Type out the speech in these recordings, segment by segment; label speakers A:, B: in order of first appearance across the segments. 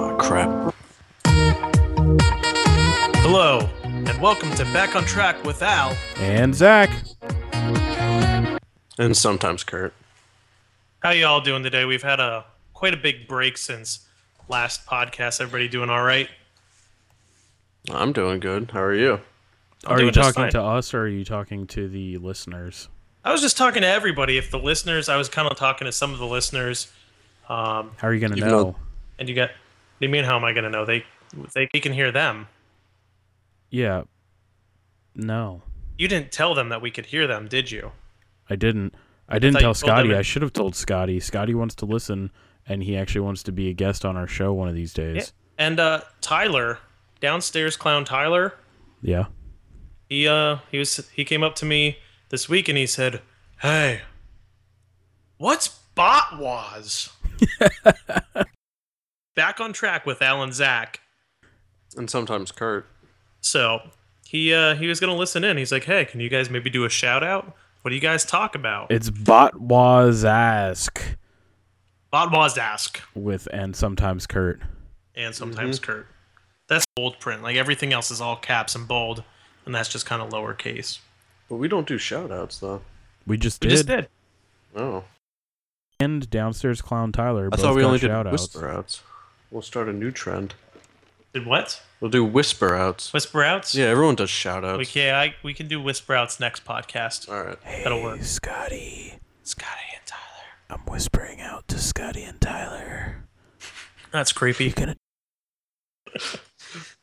A: Oh, crap.
B: Hello, and welcome to Back on Track with Al.
C: And Zach.
A: And sometimes Kurt.
B: How you all doing today? We've had a quite a big break since last podcast. Everybody doing all right?
A: I'm doing good. How are you?
C: Are
B: doing
C: you
B: just
C: talking
B: fine.
C: to us or are you talking to the listeners?
B: I was just talking to everybody. If the listeners, I was kind of talking to some of the listeners, um,
C: How are you going to
A: You
C: know?
A: know-
B: and you got. What do you mean? How am I going to know? They, they, we can hear them.
C: Yeah. No,
B: You didn't tell them that we could hear them, did you?
C: I didn't. I
B: thought
C: didn't
B: you
C: tell
B: told them
C: Scotty.
B: it-
C: I should have told Scotty. Scotty wants to listen and he actually wants to be a guest on our show one of these days.
B: And uh, Tyler, downstairs clown Tyler,
C: Yeah.
B: he uh he was he came up to me this week and he said, "Hey, what's bot was?" Back on track with Alan Zach.
A: And sometimes Kurt.
B: So he uh he was gonna listen in. He's like, "Hey, can you guys maybe do a shout out? What do you guys talk about?"
C: It's Botwaz Ask
B: Bot was ask,
C: with and sometimes Kurt.
B: and sometimes Kurt. That's bold print. Like everything else is all caps and bold, and that's just kind of lowercase.
A: But we don't do shout outs, though.
C: We just,
B: We
C: did.
B: just did.
A: Oh.
C: And downstairs clown Tyler.
A: I thought we only did
C: shout outs.
A: whisper outs. We'll start a new trend.
B: Did what?
A: We'll do whisper outs.
B: Whisper outs.
A: Yeah, everyone does shout
B: We
A: outs.
B: can. I, we can do whisper outs next podcast.
A: All right.
B: That'll work.
C: Scotty,
B: Scotty and Tyler.
C: I'm whispering out to Scotty and Tyler.
B: That's creepy.
C: gonna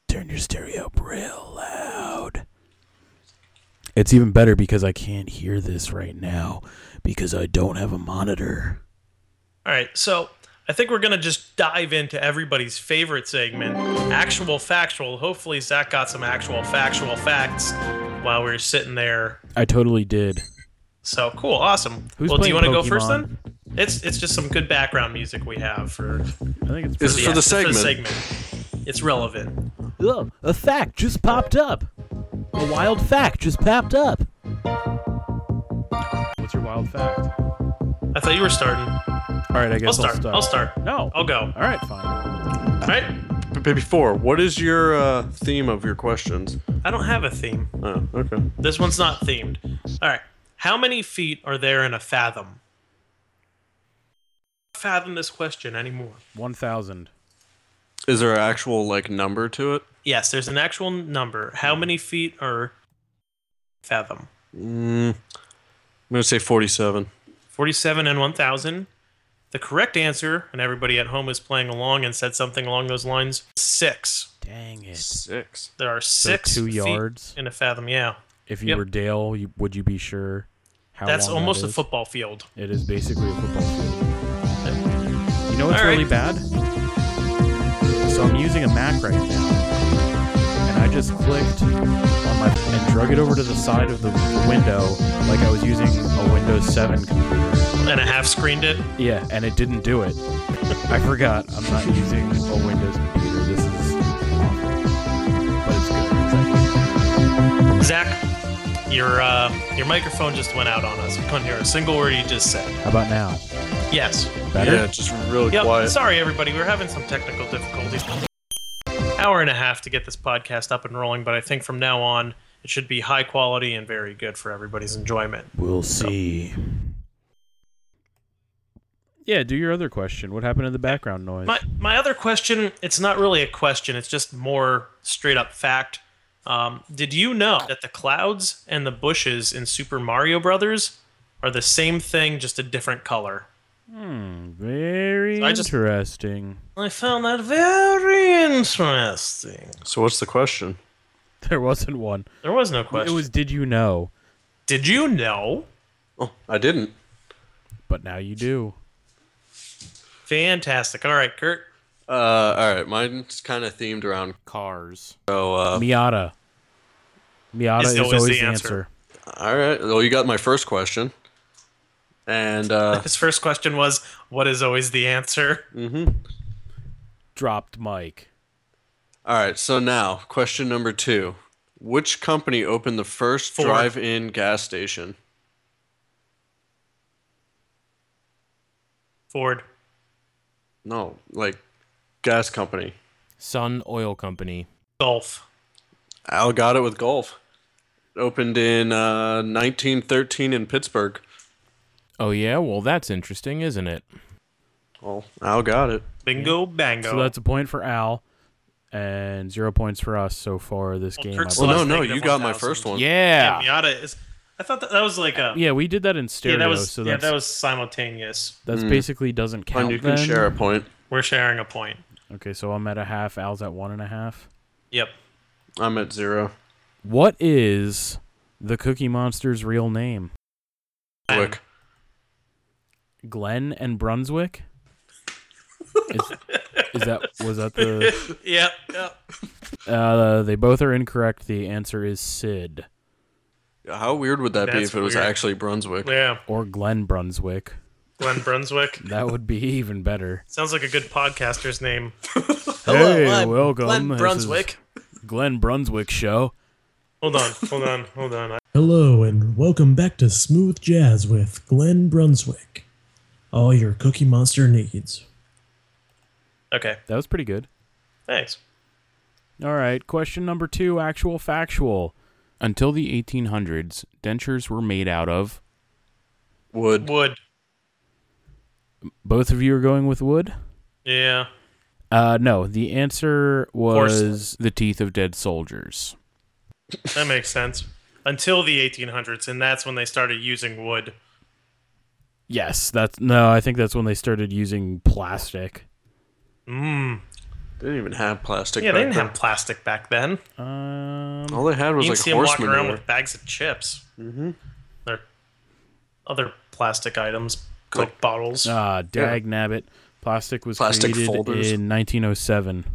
C: turn your stereo up real loud. It's even better because I can't hear this right now because I don't have a monitor.
B: All right, so I think we're gonna just dive into everybody's favorite segment, actual factual. Hopefully, Zach got some actual factual facts while we were sitting there.
C: I totally did.
B: So cool, awesome.
C: Who's
B: well, do you
C: playing
B: wanna go first
C: Pokemon?
B: then? It's it's just some good background music we have for,
C: I think it's
A: This is for the
B: for the
A: segment.
B: segment. It's relevant.
C: oh, a fact just popped up. A wild fact just popped up. What's your wild fact? All
B: I thought you were starting.
C: right, I
B: I'll
C: guess
B: start. I'll start.
C: No.
B: I'll go.
C: All right, fine.
B: All right.
A: But before, what is your uh, theme of your questions?
B: I don't have a theme.
A: Oh, okay.
B: This one's not themed. All right. How many feet are there in a fathom? Fathom this question anymore.
C: One thousand.
A: Is there an actual like number to it?
B: Yes, there's an actual number. How many feet are fathom?
A: Mm, I'm gonna say 47.
B: 47 and 1,000. The correct answer, and everybody at home is playing along and said something along those lines six.
C: Dang it!
A: Six.
B: There are six
C: two
B: feet
C: yards.
B: in a fathom. Yeah.
C: If you
B: Yep.
C: were Dale, you, would you be sure? How
B: That's
C: long that
B: almost a
C: is?
B: football field.
C: It is basically a football field. You know what's
B: All right.
C: really bad? So I'm using a Mac right now, and I just clicked on my and drug it over to the side of the window like I was using a Windows 7 computer.
B: And I half screened it.
C: Yeah, and it didn't do it. I forgot I'm not using a Windows computer. This is awful, but it's good. 'cause I-
B: Zach, your, uh, your microphone just went out on us. We couldn't hear a single word you just said.
C: How about now?
B: Yes.
C: Better?
A: Yeah, just really
B: Yep.
A: quiet.
B: Sorry, everybody. We're having some technical difficulties. Hour and a half to get this podcast up and rolling, but I think from now on it should be high quality and very good for everybody's enjoyment.
C: We'll see. Yeah, do your other question. What happened to the background noise?
B: My my other question, it's not really a question. It's just more straight up fact. Um, did you know that the clouds and the bushes in Super Mario Brothers are the same thing, just a different color?
C: Hmm, very
B: So I just-
C: interesting.
B: I found that very interesting.
A: So what's the question?
C: There wasn't one.
B: There was no question.
C: It was did you know?
B: Did you know?
A: Oh, I didn't.
C: But now you do.
B: Fantastic. All right, Kurt.
A: Uh, all right, mine's kind of themed around.
C: Cars.
A: So, uh,
C: Miata. Miata
B: Is
C: is,
B: always the
C: always, the
B: answer.
C: answer.
A: all right. Well, you got my first question, and uh,
B: His first question was, "What is always the answer?"
C: Dropped mic.
A: all right. So now, question number two: Which company opened the first
B: Ford.
A: drive-in gas station?
B: Ford.
A: No, like gas company.
D: Sun Oil Company.
B: Golf.
A: Al got it with golf. Opened in uh, 1913 in Pittsburgh.
D: Oh yeah, well that's interesting, isn't it?
A: Well, Al got it.
B: Bingo bango.
C: So that's a point for Al, and zero points for us so far this
B: Well,
C: game.
B: Kirk's
C: I believe.
A: Well, no,
B: Plus
A: no,
B: negative
A: you got my
B: 1,000.
A: first one.
D: Yeah.
B: Miata is. I thought that, that was like a.
C: yeah, we did that in
B: Yeah,
C: stereo,
B: that was
C: so
B: yeah,
C: that's,
B: that was simultaneous.
C: that's basically doesn't count.
A: And Hmm. you can
C: then.
A: share a point.
B: We're sharing a point.
C: Okay, so I'm at a half. Al's at one and a half.
B: Yep.
A: I'm at zero.
C: What is the Cookie Monster's real name?
A: Quick.
C: Glenn and Brunswick. Is, is that was that the?
B: Yep. Yep.
C: Uh, they both are incorrect. The answer is Sid
A: How weird would that be
B: That's
A: if it was
B: weird.
A: actually Brunswick?
B: Yeah.
C: or Glenn Brunswick.
B: Glenn Brunswick.
C: That would be even better.
B: Sounds like a good podcaster's name.
C: hey,
E: I'm
C: welcome.
E: Glenn
C: This is
E: Brunswick.
C: Glenn Brunswick show.
B: Hold on. Hold on. Hold on. I-
F: Hello, and welcome back to Smooth Jazz with Glenn Brunswick. All your Cookie Monster needs.
B: Okay.
C: That was pretty good.
B: Thanks.
C: All right, question number two: actual, factual.
D: Until the 1800s, dentures were made out of.
A: Would.
B: Wood.
C: Both of you are going with wood.
B: Yeah.
C: Uh, no, the answer
B: Porcelain.
C: was
D: The teeth of dead soldiers.
B: That makes sense. Until the 1800s, and that's when they started using wood.
C: yes. That's no. I think that's when they started using plastic.
B: Mmm.
A: They didn't even have plastic.
B: Yeah, they
A: back
B: didn't
A: then.
B: have plastic back then.
C: Um,
A: All they had was
B: You
A: like
B: can see them
A: horse
B: walking
A: manure.
B: around with bags of chips. Mm-hmm. Or other plastic items, Coke bottles.
C: ah, dag nabbit. Plastic was
A: Plastic
C: created
A: folders.
C: in 1907.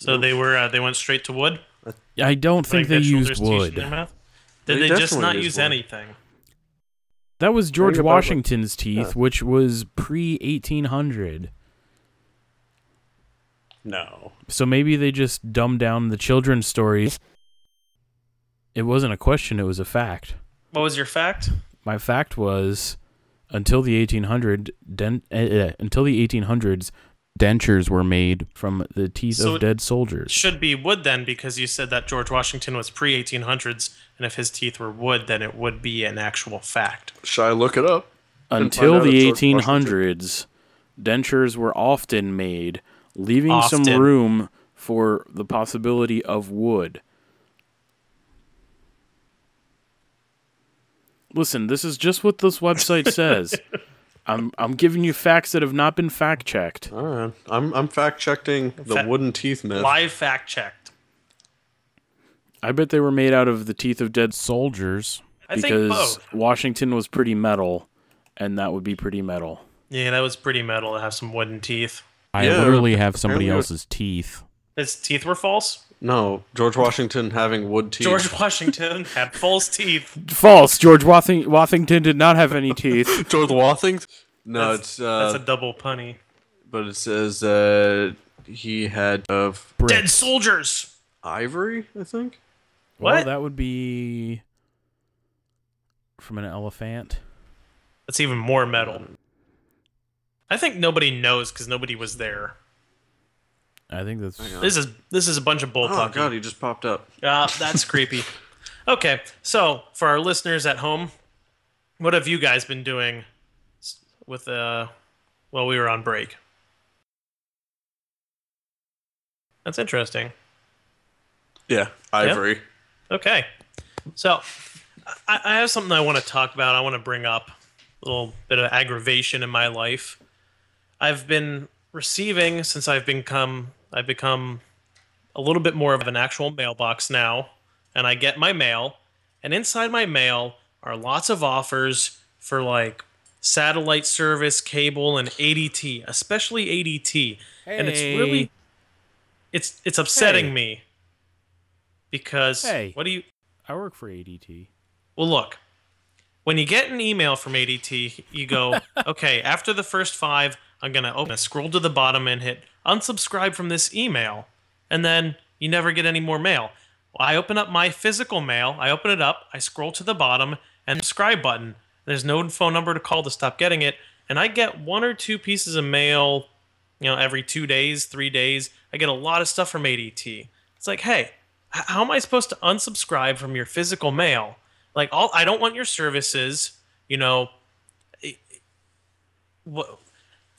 B: so they were uh, they went straight to wood.
C: I don't
B: Like
C: think they
B: that
C: used
B: shoulders teach in
C: wood.
B: their mouth? Did
A: They
B: they, just
A: definitely
B: not
A: used
B: use
A: wood.
B: anything?
C: That was George
A: about, like-
C: Washington's teeth, which was pre 1800.
A: No.
C: So maybe they just dumbed down the children's stories. It wasn't a question, it was a fact.
B: What was your fact?
C: My fact was until the 1800 dent, uh, uh, until the 1800s
D: Dentures were made.
C: from the teeth
B: So
C: of
B: it
C: dead soldiers.
B: Should be wood then, because you said that George Washington was pre 1800s, and if his teeth were wood, then it would be an actual fact.
A: Should I look it up? find
C: Until
A: out if
C: the
A: George Washington-
C: 1800s, dentures were often made, leaving some
B: Often.
C: room for the possibility of wood. Listen, this is just what this website says. I'm I'm giving you facts that have not been fact checked.
A: All right. I'm, I'm fact checking the
B: Fa-
A: wooden teeth myth.
B: Live fact checked.
C: I bet they were made out of the teeth of dead soldiers
B: I think
C: because
B: both.
C: Washington was pretty metal, and that would be pretty metal.
B: Yeah, that was pretty metal to have some wooden teeth.
D: I
A: Yeah,
D: literally have somebody
A: apparently it was-
D: else's teeth.
B: His teeth were false.
A: No, George Washington having wood teeth.
B: George Washington had false teeth.
C: False. George Wathing- Wathington did not have any teeth.
A: George Wathing? No,
B: That's-
A: it's uh,
B: That's a double punny.
A: but it says uh, he had of
B: Dead soldiers.
A: ivory, I think.
C: Well,
B: What?
C: that would be from an elephant.
B: That's even more metal.
A: Mm.
B: I think nobody knows because nobody was there.
C: I think that's
B: This is this is a bunch of bull
A: Oh god, he just popped up.
B: Ah, that's creepy. Okay, so for our listeners at home, what have you guys been doing s- with uh while we were on break? That's interesting.
A: Yeah, ivory.
B: Okay. So I, I have something I want to talk about. I want to bring up a little bit of aggravation in my life. I've been receiving since I've become I've become a little bit more of an actual mailbox now, and I get my mail, and inside my mail are lots of offers for like satellite service, cable, and ADT, especially ADT. And it's really it's it's upsetting
C: Hey.
B: me because
C: Hey.
B: what do you
C: I work for ADT.
B: well, look, when you get an email from ADT, you go, okay, after the first five, I'm going to open it, scroll to the bottom and hit unsubscribe from this email. And then you never get any more mail. Well, I open up my physical mail, I open it up, I scroll to the bottom and subscribe button. There's no phone number to call to stop getting it. And I get one or two pieces of mail you know, every two days, three days. I get a lot of stuff from ADT. It's like, hey, h- how am I supposed to unsubscribe from your physical mail? Like, all I don't want your services. You know, it- it- what?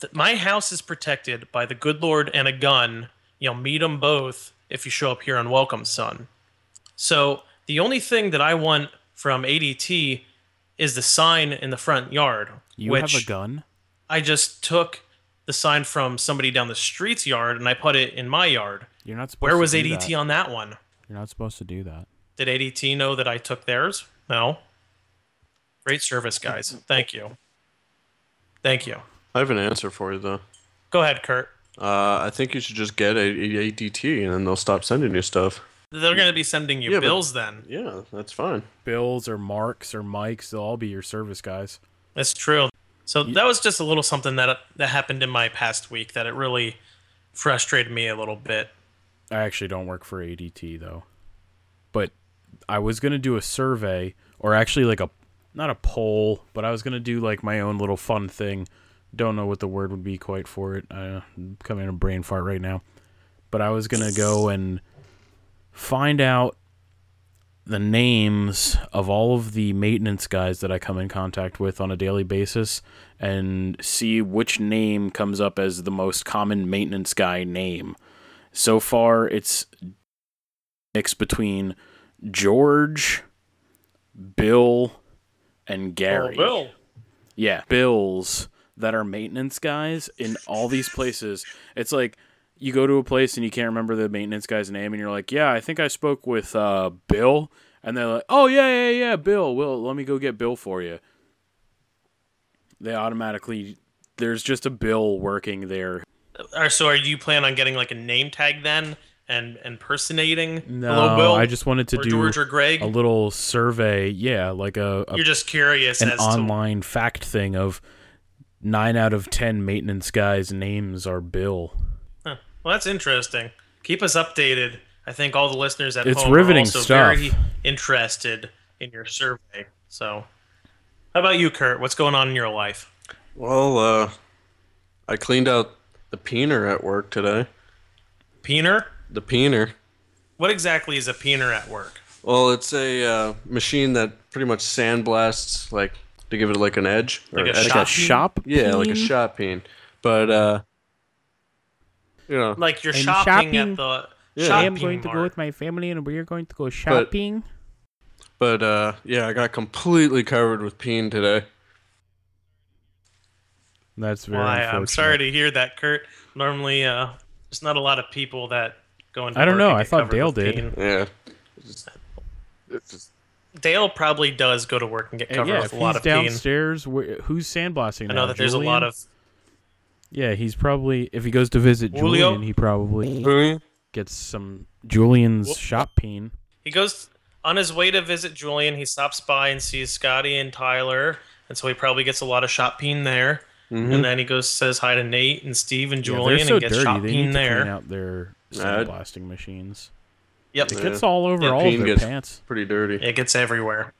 B: th- my house is protected by the good Lord and a gun. You know, meet them both if you show up here unwelcome, son. So the only thing that I want from ADT is the sign in the front yard,
D: You
B: which
D: have a gun?
B: I just took the sign from somebody down the street's yard and I put it in my yard.
D: You're not supposed
B: Where
D: to
B: was
D: do
B: ADT
D: that.
B: on that one?
D: You're not supposed to do that.
B: Did ADT know that I took theirs? No. Great service, guys. Thank you. Thank you.
A: I have an answer for you though.
B: Go ahead, Kurt.
A: Uh, I think you should just get a, a ADT and then they'll stop sending you stuff.
B: They're going to be sending you
A: Yeah, but-
B: bills then.
A: Yeah, that's fine.
C: Bills or Marks or Mikes, they'll all be your service guys.
B: That's true. So that was just a little something that that happened in my past week that it really frustrated me a little bit.
C: I actually don't work for ADT though. But I was going to do a survey or actually like a not a poll, but I was going to do like my own little fun thing. Don't know what the word would be quite for it. Uh, I'm coming in a brain fart right now. But I was going to go and find out the names of all of the maintenance guys that I come in contact with on a daily basis and see which name comes up as the most common maintenance guy name. So far, it's mix between George, Bill, and Gary. Yeah, bills that are maintenance guys in all these places. It's like you go to a place and you can't remember the maintenance guy's name, and you're like, "Yeah, I think I spoke with uh, Bill," and they're like, "Oh yeah, yeah, yeah, Bill. Well, let me go get Bill for you." They automatically there's just a Bill working there.
B: Or Uh, so are you plan on getting like a name tag then and impersonating Hello Bill
C: I just wanted to
B: or
C: do
B: George or Greg?
C: a little survey. Yeah, like a, a
B: You're just curious
C: an
B: as to
C: online fact thing of nine out of ten maintenance guys' names are Bill.
B: Huh. Well, that's interesting. Keep us updated. I think all the listeners at
C: It's
B: home
C: riveting
B: are also
C: stuff.
B: very interested in your survey. So, how about you, Kurt? What's going on in your life?
A: Well, uh, I cleaned out the peener at work today.
B: Peener?
A: The peener.
B: What exactly is a peener at work?
A: Well, it's a uh, machine that pretty much sandblasts, like to give it like an edge. Or
B: Like a
A: etiquette.
B: shot?
C: A shop?
A: Yeah, like a
C: peen?
A: shot peen. But uh, you know,
B: Like you're
D: I'm
B: shopping,
D: shopping.
B: at the
A: Yeah.
B: shopping
A: I
D: I am going to
B: mart.
D: go with my family and we are going to go shopping.
A: but uh, yeah, I got completely covered with peen today.
C: That's very
B: Why?
C: unfortunate.
B: I'm sorry to hear that, Kurt. Normally, uh, there's not a lot of people that go into.
C: I don't
B: work
C: know.
B: and
C: I
B: get
C: thought
B: covered
C: Dale
B: with
C: did.
B: peen.
A: Yeah.
B: Dale probably does go to work and get
C: And
B: covered
C: Uh, yeah,
B: with
C: if
B: a lot
C: he's
B: of peen.
C: downstairs, wh- who's sandblasting?
B: I know
C: now?
B: that there's a lot
C: Julian?
B: of
C: Yeah, he's probably if he goes to visit
B: Julio?
C: Julian, he probably
A: Boom.
C: gets some Julian's shop peen.
B: He goes on his way to visit Julian. He stops by and sees Scotty and Tyler, and so he probably gets a lot of shot peen there. And then he goes says hi to Nate and Steve and
C: Mm-hmm. Yeah,
B: Julian
C: they're so
B: and gets
C: dirty.
B: shot
C: they
B: peen
C: need to clean
B: there.
C: out their
A: Uh,
C: sandblasting machines.
B: Yep,
C: It gets all over
B: Yeah,
C: all of
A: peen
C: their
A: gets-
C: pants.
A: Pretty dirty.
B: it gets everywhere,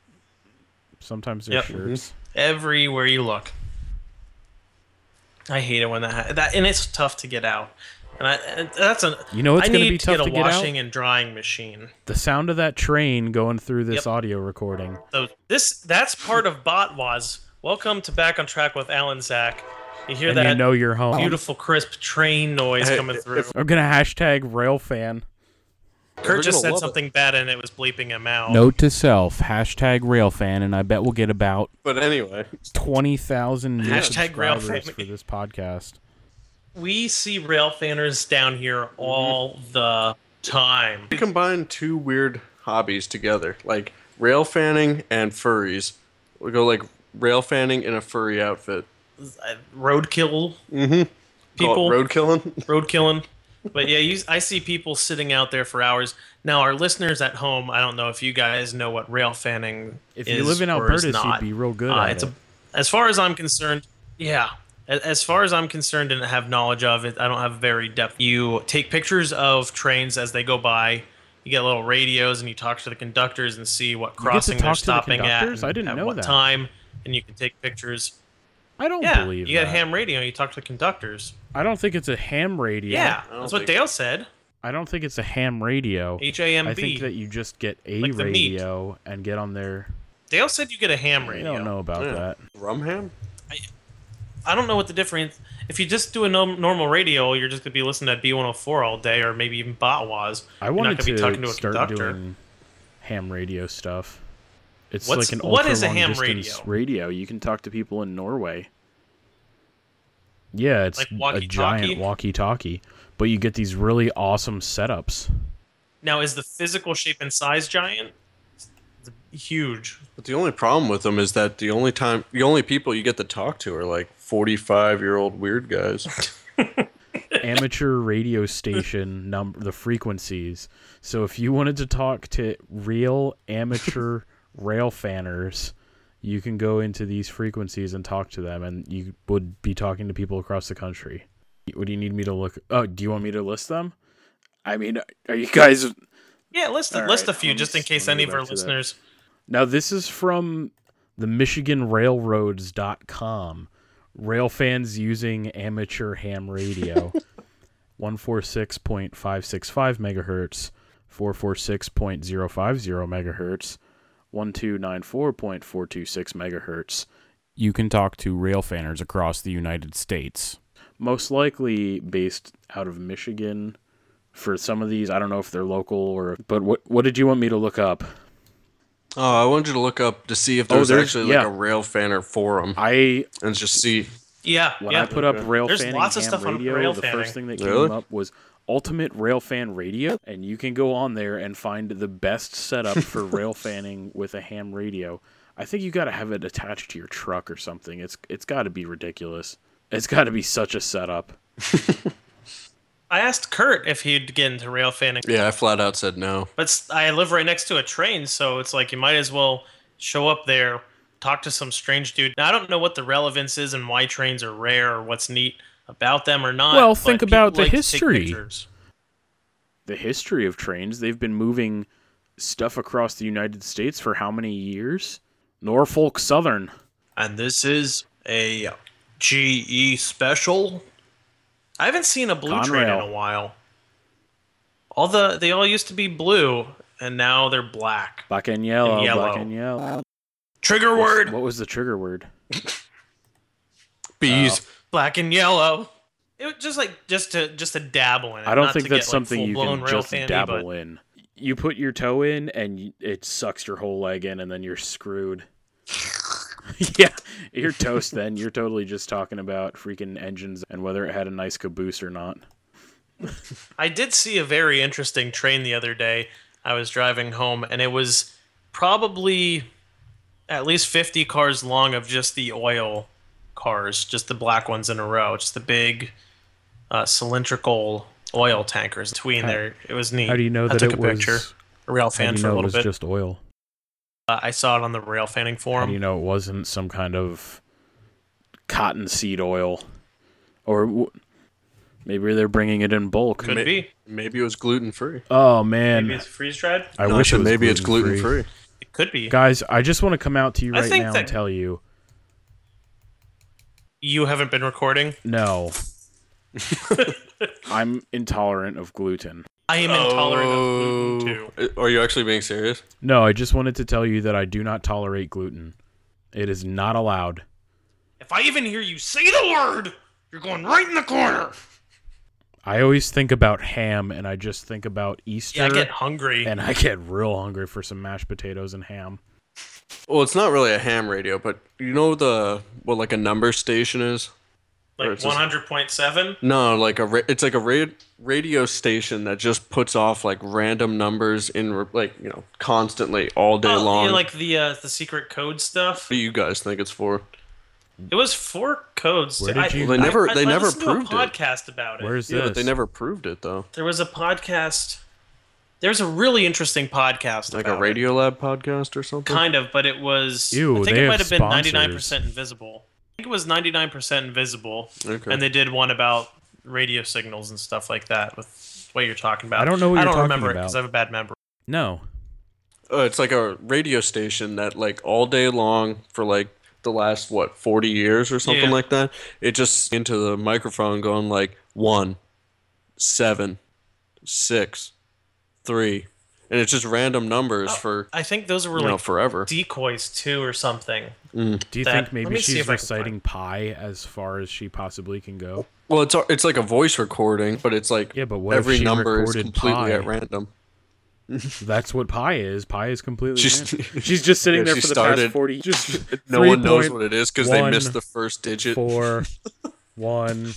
C: Sometimes their
B: Yep. Mm-hmm.
C: shirts.
B: everywhere you look. I hate it when that ha- that and it's tough to get out. And I and that's an
C: You know
B: I
C: it's gonna
B: need
C: be
B: to
C: tough
B: get a
C: to get out?
B: washing and drying machine.
C: The sound of that train going through
B: Yep.
C: this audio recording.
B: So this that's part of Botwaz. Welcome to back on track with Alan Zach. You hear
C: and
B: that?
C: you know you're home.
B: beautiful crisp train noise
A: Hey,
B: coming through.
C: I'm gonna hashtag railfan.
B: Kurt
A: They're gonna
B: just said
A: love
B: something bad and it was bleeping him out.
D: Note to self, hashtag railfan, and I bet we'll get about
A: But anyway,
C: 20,000 new
B: Hashtag rail
C: subscribers
B: family.
C: for this podcast.
B: We see rail fanners down here all the time.
A: we combine two weird hobbies together, like rail fanning and furries. We go like rail fanning in a furry outfit.
B: Uh, Roadkill
A: Call
B: people,
A: it road killing.
B: road killing. But yeah, you, I see people sitting out there for hours. Now, our listeners at home, I don't know if you guys know what rail fanning
C: If
B: is.
C: you live in
B: or is
C: Alberta, you'd
B: not.
C: be real good
B: Uh,
C: at
B: it's
C: it.
B: a, as far as I'm concerned, yeah. A- As far as I'm concerned and have knowledge of it, I don't have very depth. You take pictures of trains as they go by. You get little radios and you talk to the conductors and see what crossing
C: talk
B: they're
C: to the
B: stopping at,
C: conductors? I
B: and
C: didn't
B: at
C: know
B: what
C: that.
B: time, and you can take pictures.
C: I don't
B: Yeah,
C: believe
B: you got
C: that.
B: ham radio. You talk to conductors.
C: I don't think it's a ham radio.
B: Yeah,
A: I don't
B: that's what
A: think-
B: Dale said.
C: I don't think it's a ham radio.
B: H A M
C: I think that
B: B.
C: you just get a
B: Like the meat.
C: radio and get on there.
B: Dale said you get a ham
C: I
B: radio.
C: don't know about
A: Yeah.
C: that.
A: Rum ham?
B: I don't know what the difference. If you just do a no, normal radio, you're just gonna be listening to B104 all day, or maybe even Botwaz.
C: I
B: You're not
C: wanted
B: gonna
C: to,
B: be talking to a
C: start
B: conductor.
C: doing ham radio stuff. It's
B: What's-
C: like an ultra
B: what is a
C: long
B: ham
C: distance radio? You can talk to people in Norway. Yeah, it's
B: Like
C: a
B: walkie-talkie?
C: giant walkie-talkie, but you get these really awesome setups.
B: Now, is the physical shape and size giant? It's huge.
A: But the only problem with them is that the only time, the only people you get to talk to are like 45 year old weird guys.
C: Amateur radio station number, the frequencies. So if you wanted to talk to real amateur rail fanners, you can go into these frequencies and talk to them, and you would be talking to people across the country. What do you need me to look? Oh, do you want me to list them? I mean, are you guys
B: Yeah, list
C: All
B: list
C: right,
B: a few
C: let me
B: just in
C: s-
B: case
C: let me
B: any of
C: go
B: our
C: back to that.
B: listeners.
C: Now this is from the Michigan Railroads.com. Rail fans using amateur ham radio. 146.565 megahertz, 446.050 megahertz, 1294.426 megahertz.
D: You can talk to rail fanners across the United States.
C: Most likely based out of Michigan. For some of these, I don't know if they're local or. But what what did you want me to look up?
A: oh, I wanted you to look up to see if
C: Oh,
A: there was
C: there's-
A: actually
C: yeah.
A: like a rail fanner forum
C: I
A: and just see.
B: Yeah,
C: When
B: yeah.
C: I put up Rail
B: There's
C: Fanning
B: lots of
C: Ham
B: stuff on
C: Radio,
B: rail
C: the
B: fanning.
C: first thing that
A: Really?
C: came up was Ultimate Rail Fan Radio, and you can go on there and find the best setup for rail fanning with a ham radio. I think you got to have it attached to your truck or something. It's it's got to be ridiculous. It's got to be such a setup.
B: I asked Kurt if he'd get into rail fanning,
A: Yeah, I flat out said no.
B: but s- I live right next to a train, so it's like you might as well show up there, talk to some strange dude. Now, I don't know what the relevance is and why trains are rare or what's neat about them or not.
D: Well,
B: but
D: think
B: people
D: about the
B: like to take
D: history.
B: pictures.
C: The history of trains, they've been moving stuff across the United States for how many years? Norfolk Southern.
E: And this is a GE special.
B: I haven't seen a blue train in
C: Conrail.
B: a while. All the they all used to be blue, and now they're black.
C: Black and yellow,
B: And yellow.
C: black and yellow.
B: Trigger word:
C: What was the trigger word?
A: Bees.
B: black and yellow. It was just like just to just to dabble in it.
C: I don't
B: not
C: think
B: to get,
C: that's
B: like,
C: something you
B: full-blown
C: can
B: rail
C: just
B: fanny,
C: dabble
B: but-
C: in. You put your toe in and y- it sucks your whole leg in, and then you're screwed. yeah, you're toast. Then you're totally just talking about freaking engines and whether it had a nice caboose or not.
B: I did see a very interesting train the other day. I was driving home, and it was probably at least 50 cars long of just the oil cars, just the black ones in a row, just the big uh, cylindrical oil tankers between there. It was neat. I took a picture. A rail fan for a little bit.
C: just oil?
B: uh, I saw it on the rail fanning
C: How
B: forum.
C: do you know it wasn't some kind of cottonseed oil, or w- maybe they're bringing it in bulk?
B: Could be.
A: Maybe it was gluten free.
C: Oh man,
B: Maybe it's freeze dried.
C: I wish it was
A: maybe it's gluten
C: gluten-free.
A: free.
B: It could be.
C: Guys, I just want to come out to you
B: I
C: right
B: think
C: now and
B: that-
C: tell you
B: You haven't been recording.
C: no. I'm intolerant of gluten.
B: I am intolerant of gluten too.
A: Uh, Are you actually being serious?
C: No, I just wanted to tell you that I do not tolerate gluten. It is not allowed.
B: If I even hear you say the word, you're going right in the corner.
C: I always think about ham and I just think about Easter
B: Yeah, I get hungry.
C: and I get real hungry for some mashed potatoes and ham.
A: Well, it's not really a ham radio, but you know the what like a number station is? or
B: like
A: it's just-
B: 100.7.
A: No, like a ra- it's like a ra- radio station that just puts off like random numbers in re- like you know constantly all day
B: Oh,
A: long.
B: yeah, like the uh, the secret code stuff.
A: what do you guys think it's for?
B: It was four codes.
C: Where
B: too.
C: did you-
A: They never-
B: I,
A: they
B: I
A: never
B: listened
A: proved it.
B: to a podcast about it.
C: Where is
A: Yeah,
C: this?
A: but they never proved it though.
B: there was a podcast. There's a really interesting podcast.
A: Like
B: about
A: a
B: it.
A: Radio Lab podcast or something.
B: Kind of, but it was.
C: Ew,
B: I think
C: they
B: it
C: have
B: might have been
C: sponsors.
B: 99% invisible. I think it was 99% invisible.
A: Okay.
B: And they did one about radio signals and stuff like that with what you're talking about.
C: I don't know what
B: I
C: you're
B: don't
C: talking
B: remember it
C: about.
B: because I have a bad memory.
C: No.
A: Uh, it's like a radio station that like all day long for like the the last what 40 years or something
B: Yeah.
A: like that it just into the microphone going like one seven six three and it's just random
C: Uh,
A: numbers for
B: I think those were
A: you know
B: like
A: forever
B: decoys too, or something.
C: Do you
B: That-
C: think
B: let
C: maybe
B: me see
C: she's
B: if I can find-
C: reciting pi as far as she possibly can go?
A: well it's it's like a voice recording but it's like
C: Yeah, but what if
A: every
C: she
A: number is
C: recorded
A: completely
C: pi?
A: at random
C: That's what pi is. Pi is completely.
A: She's-
C: random. she's just sitting
A: Yeah,
C: there
A: she
C: for the
A: started-
C: past forty. Just
A: no one knows what it is because they missed
C: 3.1
A: the first digit
C: Four, one,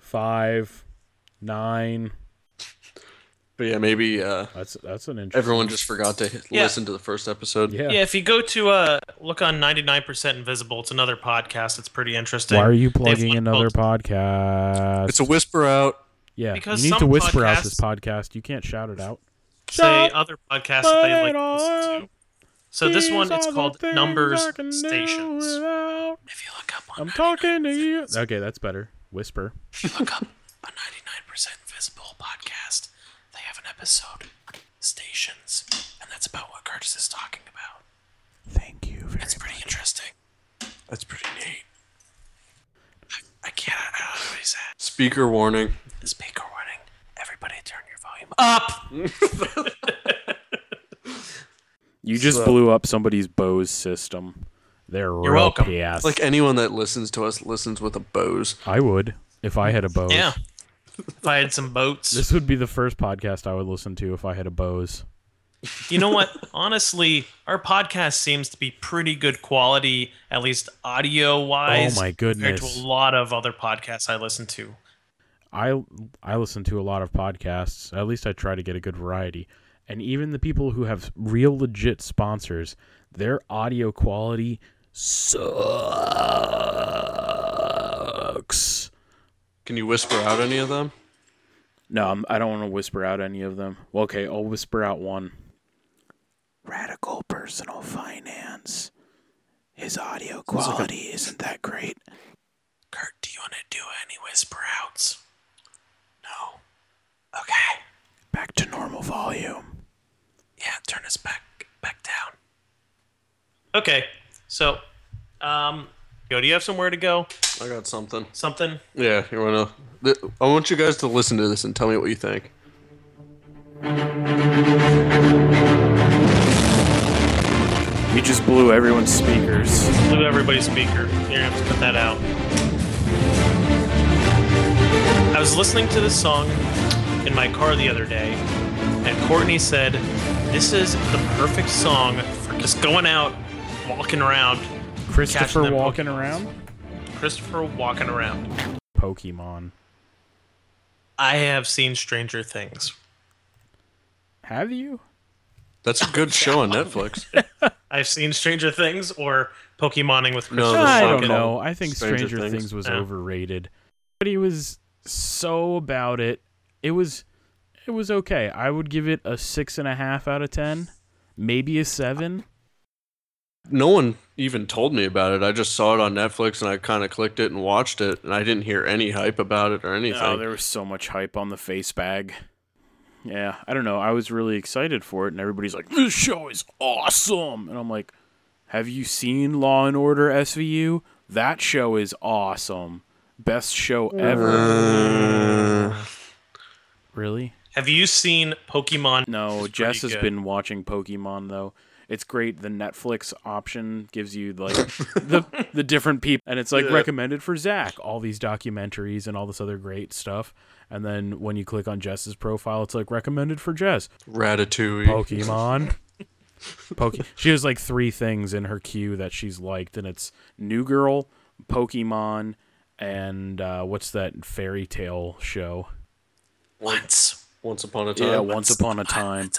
C: five, nine.
A: but yeah maybe uh
C: That's that's an interesting.
A: everyone just forgot to hit,
B: Yeah.
A: listen to the first episode
C: yeah.
B: Yeah. if you go to uh, look on 99% Invisible, it's another podcast. It's pretty interesting.
C: Why are you
B: They have
C: plugging
B: one
C: another
B: called-
C: podcast?
A: it's a whisper out
C: yeah,
B: because
C: you need
B: some
C: to whisper out this podcast. You can't shout it out.
B: say other podcasts that they like to
C: Later
B: listen
C: on.
B: to. So this one
C: These
B: it's
C: are the
B: called
C: things
B: Numbers
C: I can do
B: Stations.
C: without.
B: If you look up on
C: I'm talking to you. Okay, that's better. Whisper.
B: if you look up on 99% Invisible podcast, they have an episode Stations, and that's about what Curtis is talking about.
C: Thank you very
B: It's pretty interesting.
A: that's pretty neat
B: I can't I don't know what he said.
A: speaker warning
B: Speaker warning. Everybody turn your volume up.
C: You just blew up somebody's Bose system. They're You're
B: welcome.
A: like anyone that listens to us listens with a Bose.
C: I would if I had a Bose.
B: Yeah. If I had some boats.
C: This would be the first podcast I would listen to if I had a Bose.
B: you know what? Honestly, our podcast seems to be pretty good quality, at least audio wise.
C: Oh my
B: Compared to
C: goodness.
B: a lot of other podcasts I listen to.
C: I I listen to a lot of podcasts. At least I try to get a good variety. And even the people who have real legit sponsors, their audio quality sucks.
A: Can you whisper out any of them?
C: No, I'm, I don't want to whisper out any of them. Well, okay, I'll whisper out one. Radical personal finance. His audio quality isn't that great.
B: Kurt, do you want to do any whisper outs? No. Okay.
C: Back to normal volume.
B: Yeah, turn us back back down. Okay. So, um, yo, do you have somewhere to go?
A: I got something.
B: Something?
A: Yeah, you wanna? th- I want you guys to listen to this and tell me what you think.
C: You just blew everyone's speakers.
B: Blew everybody's speaker. You're gonna have to cut that out. I was listening to this song in my car the other day, and Courtney said, This is the perfect song for just going out, walking around, Catching
C: Christopher
B: them
C: walking
B: Pokemons.
C: around?
B: Christopher walking around.
C: Pokemon.
B: I have seen Stranger Things.
C: Have you?
A: That's a good show on Netflix.
B: I've seen Stranger Things or Pokemoning with
A: No,
B: Christopher.
A: this is not
C: I don't
B: Walken.
A: called
C: know. I think Stranger,
A: Stranger
C: Things.
A: Things.
C: was
B: Yeah.
C: overrated. But he was so about it. It was it was okay. I would give it a six and a half out of ten. Maybe a seven.
A: No one even told me about it. I just saw it on Netflix and I kind of clicked it and watched it, and I didn't hear any hype about it or anything.
C: Oh, there was so much hype on the face bag. Yeah, I don't know. I was really excited for it, and everybody's like, "This show is awesome," and I'm like, "Have you seen Law and Order SVU? That show is awesome, best show ever." Really?
B: Have you seen Pokemon?
C: No,
B: It's
C: Jess has
B: pretty good.
C: been watching Pokemon though. It's great. The Netflix option gives you like the the different people, and it's like recommended for Zach. All these documentaries and all this other great stuff. And then when you click on Jess's profile, it's like recommended for Jess.
A: Ratatouille.
C: Pokemon. Poke- she has like three things in her queue that she's liked, and it's New Girl, Pokemon, and uh, what's that fairy tale show?
B: Once.
A: Once upon a time.
B: Uh,
C: Yeah, Once Upon a Time.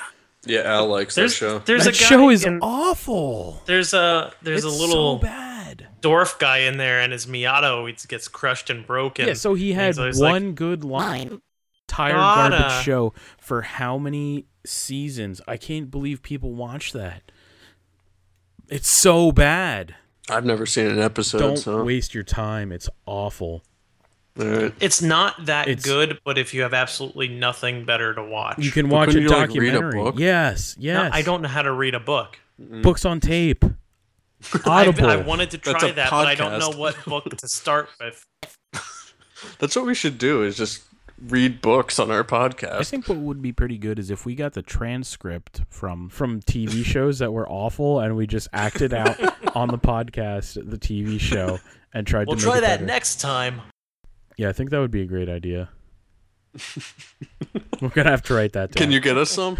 A: Yeah, Al likes that
B: There's,
A: show.
B: there's a
C: That
B: guy
C: show is
B: in-
C: awful.
B: There's a there's a little
C: bad.
B: dwarf guy in there, and his Miata it gets crushed and broken.
C: Yeah, so he
B: And
C: had
B: he's always like,
C: one good line. Entire
B: Gotta.
C: garbage show for how many seasons? I can't believe people watch that. It's so bad.
A: I've never seen an episode.
C: Don't
A: so.
C: waste your time. It's awful.
A: All right.
B: it's not that
C: It's-
B: good, but if you have absolutely nothing better to watch,
C: You can
A: Well,
C: watch a
A: couldn't you, like, read a
C: documentary.
A: book?
C: Yes,
B: No,
C: yes.
B: I don't know how to read a book.
C: Books on tape.
B: I,
G: Audible.
B: I wanted to
A: That's
B: try
A: a
B: that, but I don't know
A: podcast.
B: what book to start with.
A: That's what we should do is just read books on our
C: I
A: podcast.
C: think what would be pretty good is if we got the transcript from from TV shows that were awful and we just acted out on the podcast the TV show and tried
B: We'll
C: to
B: try
C: make it
B: that
C: better.
B: next time.
C: Yeah, I think that would be a great idea. We're gonna have to write that down.
A: Can you get us some?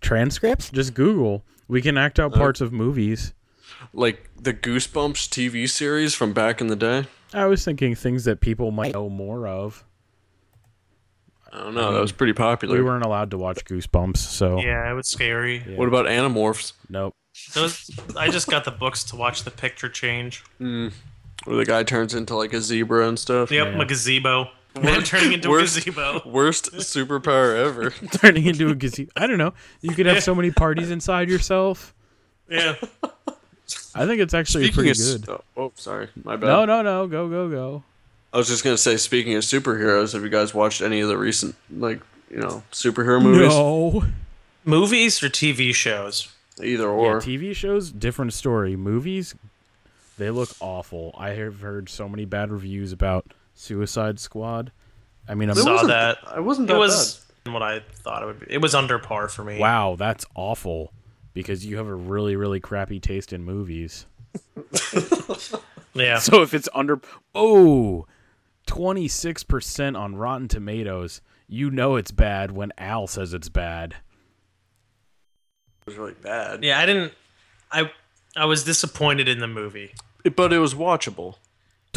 C: transcripts? Just Google. We can act
A: Uh,
C: out parts of movies.
A: Like the Goosebumps TV series from back in the day?
C: I was thinking things that people might know more of.
A: I don't know. That was pretty popular.
C: Mm-hmm. We weren't allowed to watch Goosebumps, so
B: Yeah, it was scary.
A: What about Animorphs?
C: nope.
B: Those, I just got the books to watch the picture change.
A: Where the guy turns into like a zebra and stuff?
B: Yep, my gazebo. Man turning into a
A: Worst-
B: gazebo.
A: Worst superpower ever.
C: Turning into a gazebo. I don't know. You could have so many parties inside yourself.
B: Yeah.
C: I think it's actually pretty good.
A: of, oh, oh, sorry, my bad.
C: No, no, no. Go, go, go.
A: I was just gonna say, speaking of superheroes, have you guys watched any of the recent like you know superhero movies?
C: No.
B: Movies or TV shows?
A: Either
C: Yeah,
A: or.
C: TV shows, different story. Movies, they look awful. I have heard so many bad reviews about Suicide Squad. I mean, I'm
A: It
B: Saw
A: wasn't-
B: that.
A: I wasn't
B: It
A: that
B: was what I thought it would be. It was under par for me.
C: wow, that's awful because you have a really, really crappy taste in movies.
B: Yeah.
C: So if it's under, oh, 26% on Rotten Tomatoes, you know it's bad when Al says it's bad.
A: bad. It was really bad.
B: Yeah, I didn't. I I was disappointed in the movie.
A: It- but it was watchable.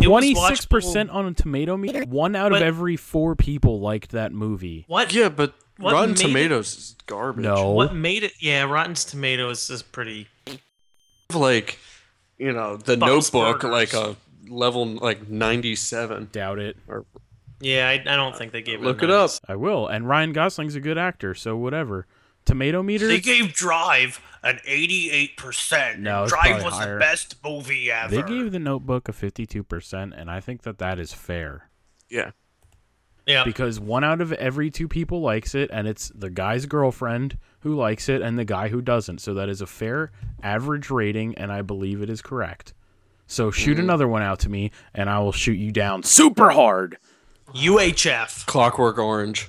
B: It was
C: 26% on a tomato meter? One out of
B: But-
C: every four people liked that movie.
B: What?
A: Yeah, but
B: What
A: Rotten
B: made it-
A: Tomatoes is garbage.
C: No.
B: What made it? Yeah, Rotten Tomatoes is pretty.
A: like you know the
B: Bob's
A: Notebook, like
B: Burgers.
A: a level like ninety seven.
C: Doubt it.
B: Yeah, I, I don't think they gave it. a
A: Look it
B: nine.
A: up.
C: I will. And Ryan Gosling's a good actor, so whatever. Tomato meter?
H: They gave Drive an 88%.
C: No, it's
H: Drive
C: probably
H: was
C: higher.
H: the best movie ever.
C: They gave The Notebook a 52%, and I think that that is fair.
A: Yeah.
B: Yeah.
C: Because one out of every two people likes it, and it's the guy's girlfriend who likes it and the guy who doesn't. So that is a fair average rating, and I believe it is correct. So shoot
A: Mm.
C: another one out to me, and I will shoot you down super hard.
B: UHF.
A: Clockwork Orange.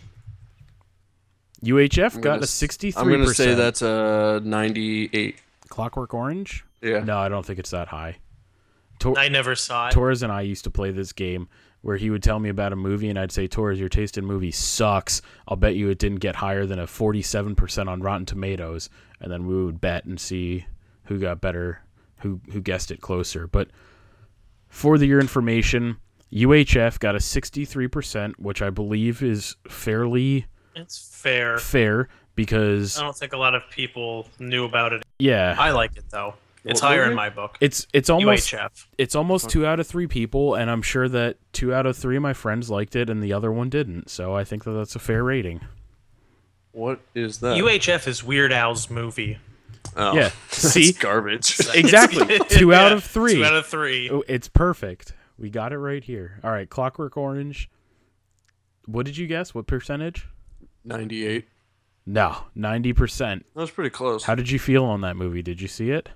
C: UHF
A: I'm
C: got
A: gonna
C: a
A: s-
C: 63%.
A: I'm gonna say that's a ninety eight.
C: Clockwork Orange?
A: Yeah.
C: No, I don't think it's that high.
B: I never saw it.
C: Torres and I used to play this game where he would tell me about a movie, and I'd say, Torres, your taste in movies sucks. I'll bet you it didn't get higher than a 47% on Rotten Tomatoes. And then we would bet and see who got better, who, who guessed it closer. But for the, your information, UHF got a 63%, which I believe is fairly
B: It's fair.
C: fair
B: I
C: because,
B: don't think a lot of people knew about it.
C: yeah.
B: Um, I like it though. It's
A: What
B: higher
A: movie?
B: in my book.
C: it's, it's almost
B: UHF.
C: it's almost two out of three people, and I'm sure that two out of three of my friends liked it, and the other one didn't. So I think that that's a fair rating.
A: What is that?
C: E?
B: UHF is Weird Al's movie.
A: Oh,
C: Yeah, see,
A: It's garbage.
C: exactly, two out
B: Yeah,
C: of three.
B: Two out of three.
C: Oh, it's perfect. We got it right here. All right, Clockwork Orange. What did you guess? What percentage?
A: ninety eight.
C: No, ninety percent.
A: That was pretty close.
C: How did you feel on that movie? Did you see it?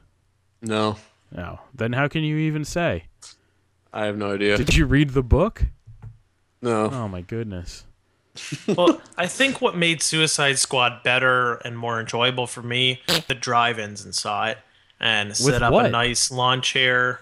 A: no,
C: No. Then how can you even say?
A: I have no idea.
C: Did you read the book?
A: No.
C: Oh my goodness.
B: well, I think what made Suicide Squad better and more enjoyable for me, the drive-ins and saw it, and set up
C: what?
B: a nice lawn chair.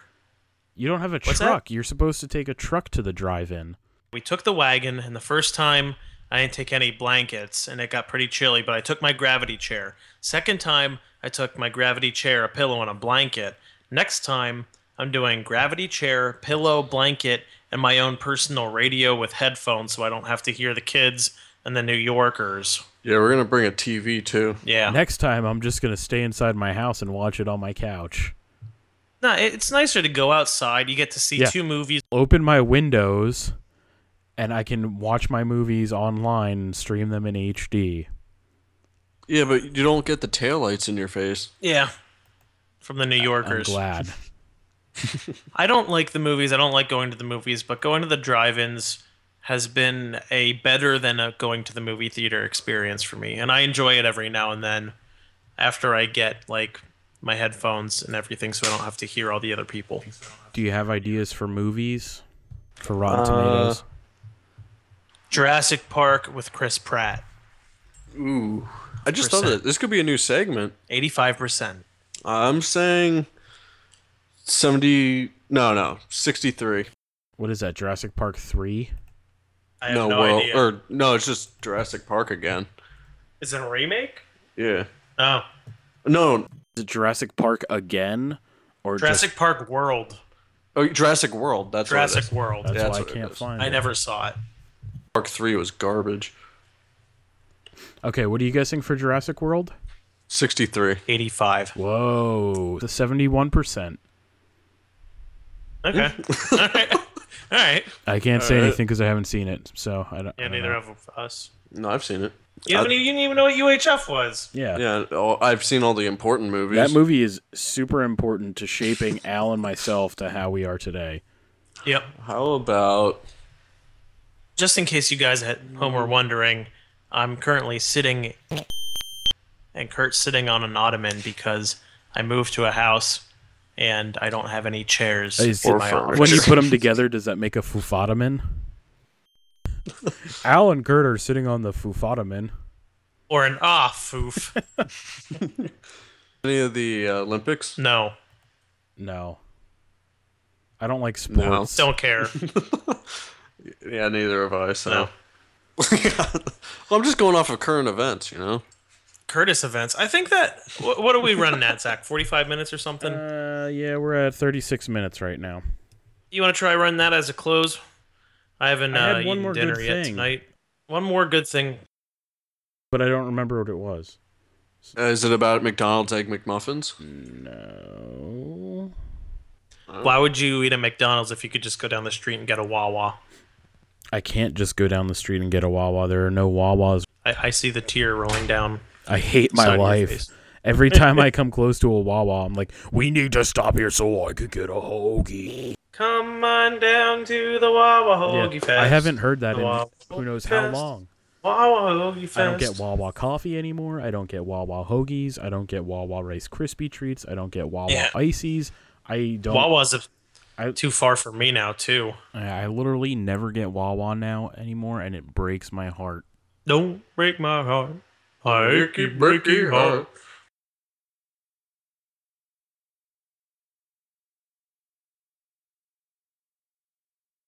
C: You don't have a
B: What's that?
C: truck. You're supposed to take a truck to the drive-in.
B: We took the wagon, and the first time I didn't take any blankets, and it got pretty chilly. But I took my gravity chair. Second time I took my gravity chair, a pillow, and a blanket. Next time I'm doing gravity chair, pillow, blanket, and my own personal radio with headphones, so I don't have to hear the kids and the New Yorkers.
A: Yeah, we're gonna bring a TV too.
B: Yeah.
C: Next time, I'm just gonna stay inside my house and watch it on my couch.
B: No, it- it's nicer to go outside. You get to see
C: Yeah.
B: two movies.
C: Open my windows, and I can watch my movies online and stream them in HD.
A: Yeah, but you don't get the taillights in your face.
B: Yeah. From the New
C: I'm
B: Yorkers.
C: glad.
B: I don't like the movies. I don't like going to the movies, but going to the drive-ins has been a better than a going to the movie theater experience for me, and I enjoy it every now and then after I get like my headphones and everything so I don't have to hear all the other people.
C: Do you have ideas for movies? For Rotten
A: Uh,
C: Tomatoes?
B: Jurassic Park with Chris Pratt,
A: Ooh. I just thought
B: Percent.
A: that this could be a new segment.
B: 85%.
A: I'm saying 70. No, no. 63.
C: What is that? Jurassic Park 3?
B: I have
A: no,
B: no,
A: well.
B: idea.
A: Or, no, it's just Jurassic Park again.
B: Is it a remake?
A: Yeah.
B: Oh,
A: No.
C: Is it Jurassic Park again? Or
B: Jurassic Park World.
A: Oh, Jurassic World. That's what it
B: Jurassic
A: is.
B: World.
C: That's,
A: That's
C: why I
A: what it
C: can't
A: is.
C: find
B: I
C: it.
B: never saw it.
A: Park 3 was garbage.
C: Okay, what are you guessing for Jurassic World?
A: 63.
B: 85.
C: Whoa, the 71%.
B: Okay. all right. All right.
C: I can't say
A: Uh,
C: anything because I haven't seen it, so I don't. I
B: Yeah,
C: don't
B: neither
C: know.
B: of us.
A: No, I've seen it.
B: You, haven't, even- you didn't even know what UHF was.
C: Yeah.
A: Yeah, oh, I've seen all the important movies.
C: That movie is super important to shaping Al and myself to how we are today.
B: Yep.
A: How about
B: Just in case you guys at home were wondering, I'm currently sitting and Kurt's sitting on an ottoman because I moved to a house and I don't have any chairs
C: Is-
B: in my
A: Or
B: office.
C: When you put them together, does that make a fufataman? Al and Kurt are sitting on the fufataman.
B: or an ah foof.
A: any of the uh, Olympics?
B: No,
C: No. I don't like sports.
B: don't care.
A: Yeah, neither have I. So,
B: Hmm. No.
A: well, I'm just going off of current events, you know.
B: Curtis events. I think that. What, what are we running at, Zach? 45 minutes or something?
C: Uh, yeah, we're at 36 minutes right now.
B: you want to try running that as a close? I haven't
C: I
B: uh,
C: had one
B: eaten
C: more
B: dinner
C: good
B: yet
C: thing.
B: tonight. One more good thing.
C: But I don't remember what it was.
A: Uh, Is it about McDonald's egg McMuffins?
C: No.
B: Why would you eat at McDonald's if you could just go down the street and get a Wawa?
C: I can't just go down the street and get a Wawa. There are no Wawas.
B: I, I see the tear rolling down.
C: I hate my
B: Side of your
C: life.
B: face.
C: Every time I come close to a Wawa, I'm like, we need to stop here so I could get a hoagie.
B: Come on down to the Wawa
C: Yeah,
B: Hoagie Fest.
C: I haven't heard that
B: The
C: in
B: Wawa
C: who knows how
B: Fest.
C: long.
B: Wawa Hoagie Fest.
C: I don't get Wawa coffee anymore. I don't get Wawa hoagies. I don't get Wawa Rice Krispie treats. I don't get Wawa
B: Yeah.
C: ices. I don't.
B: Wawa's a,
C: I-
B: too far for me now, too.
C: I I literally never get Wawa now anymore, and it breaks my heart.
B: Don't break my heart. I achy breaky heart.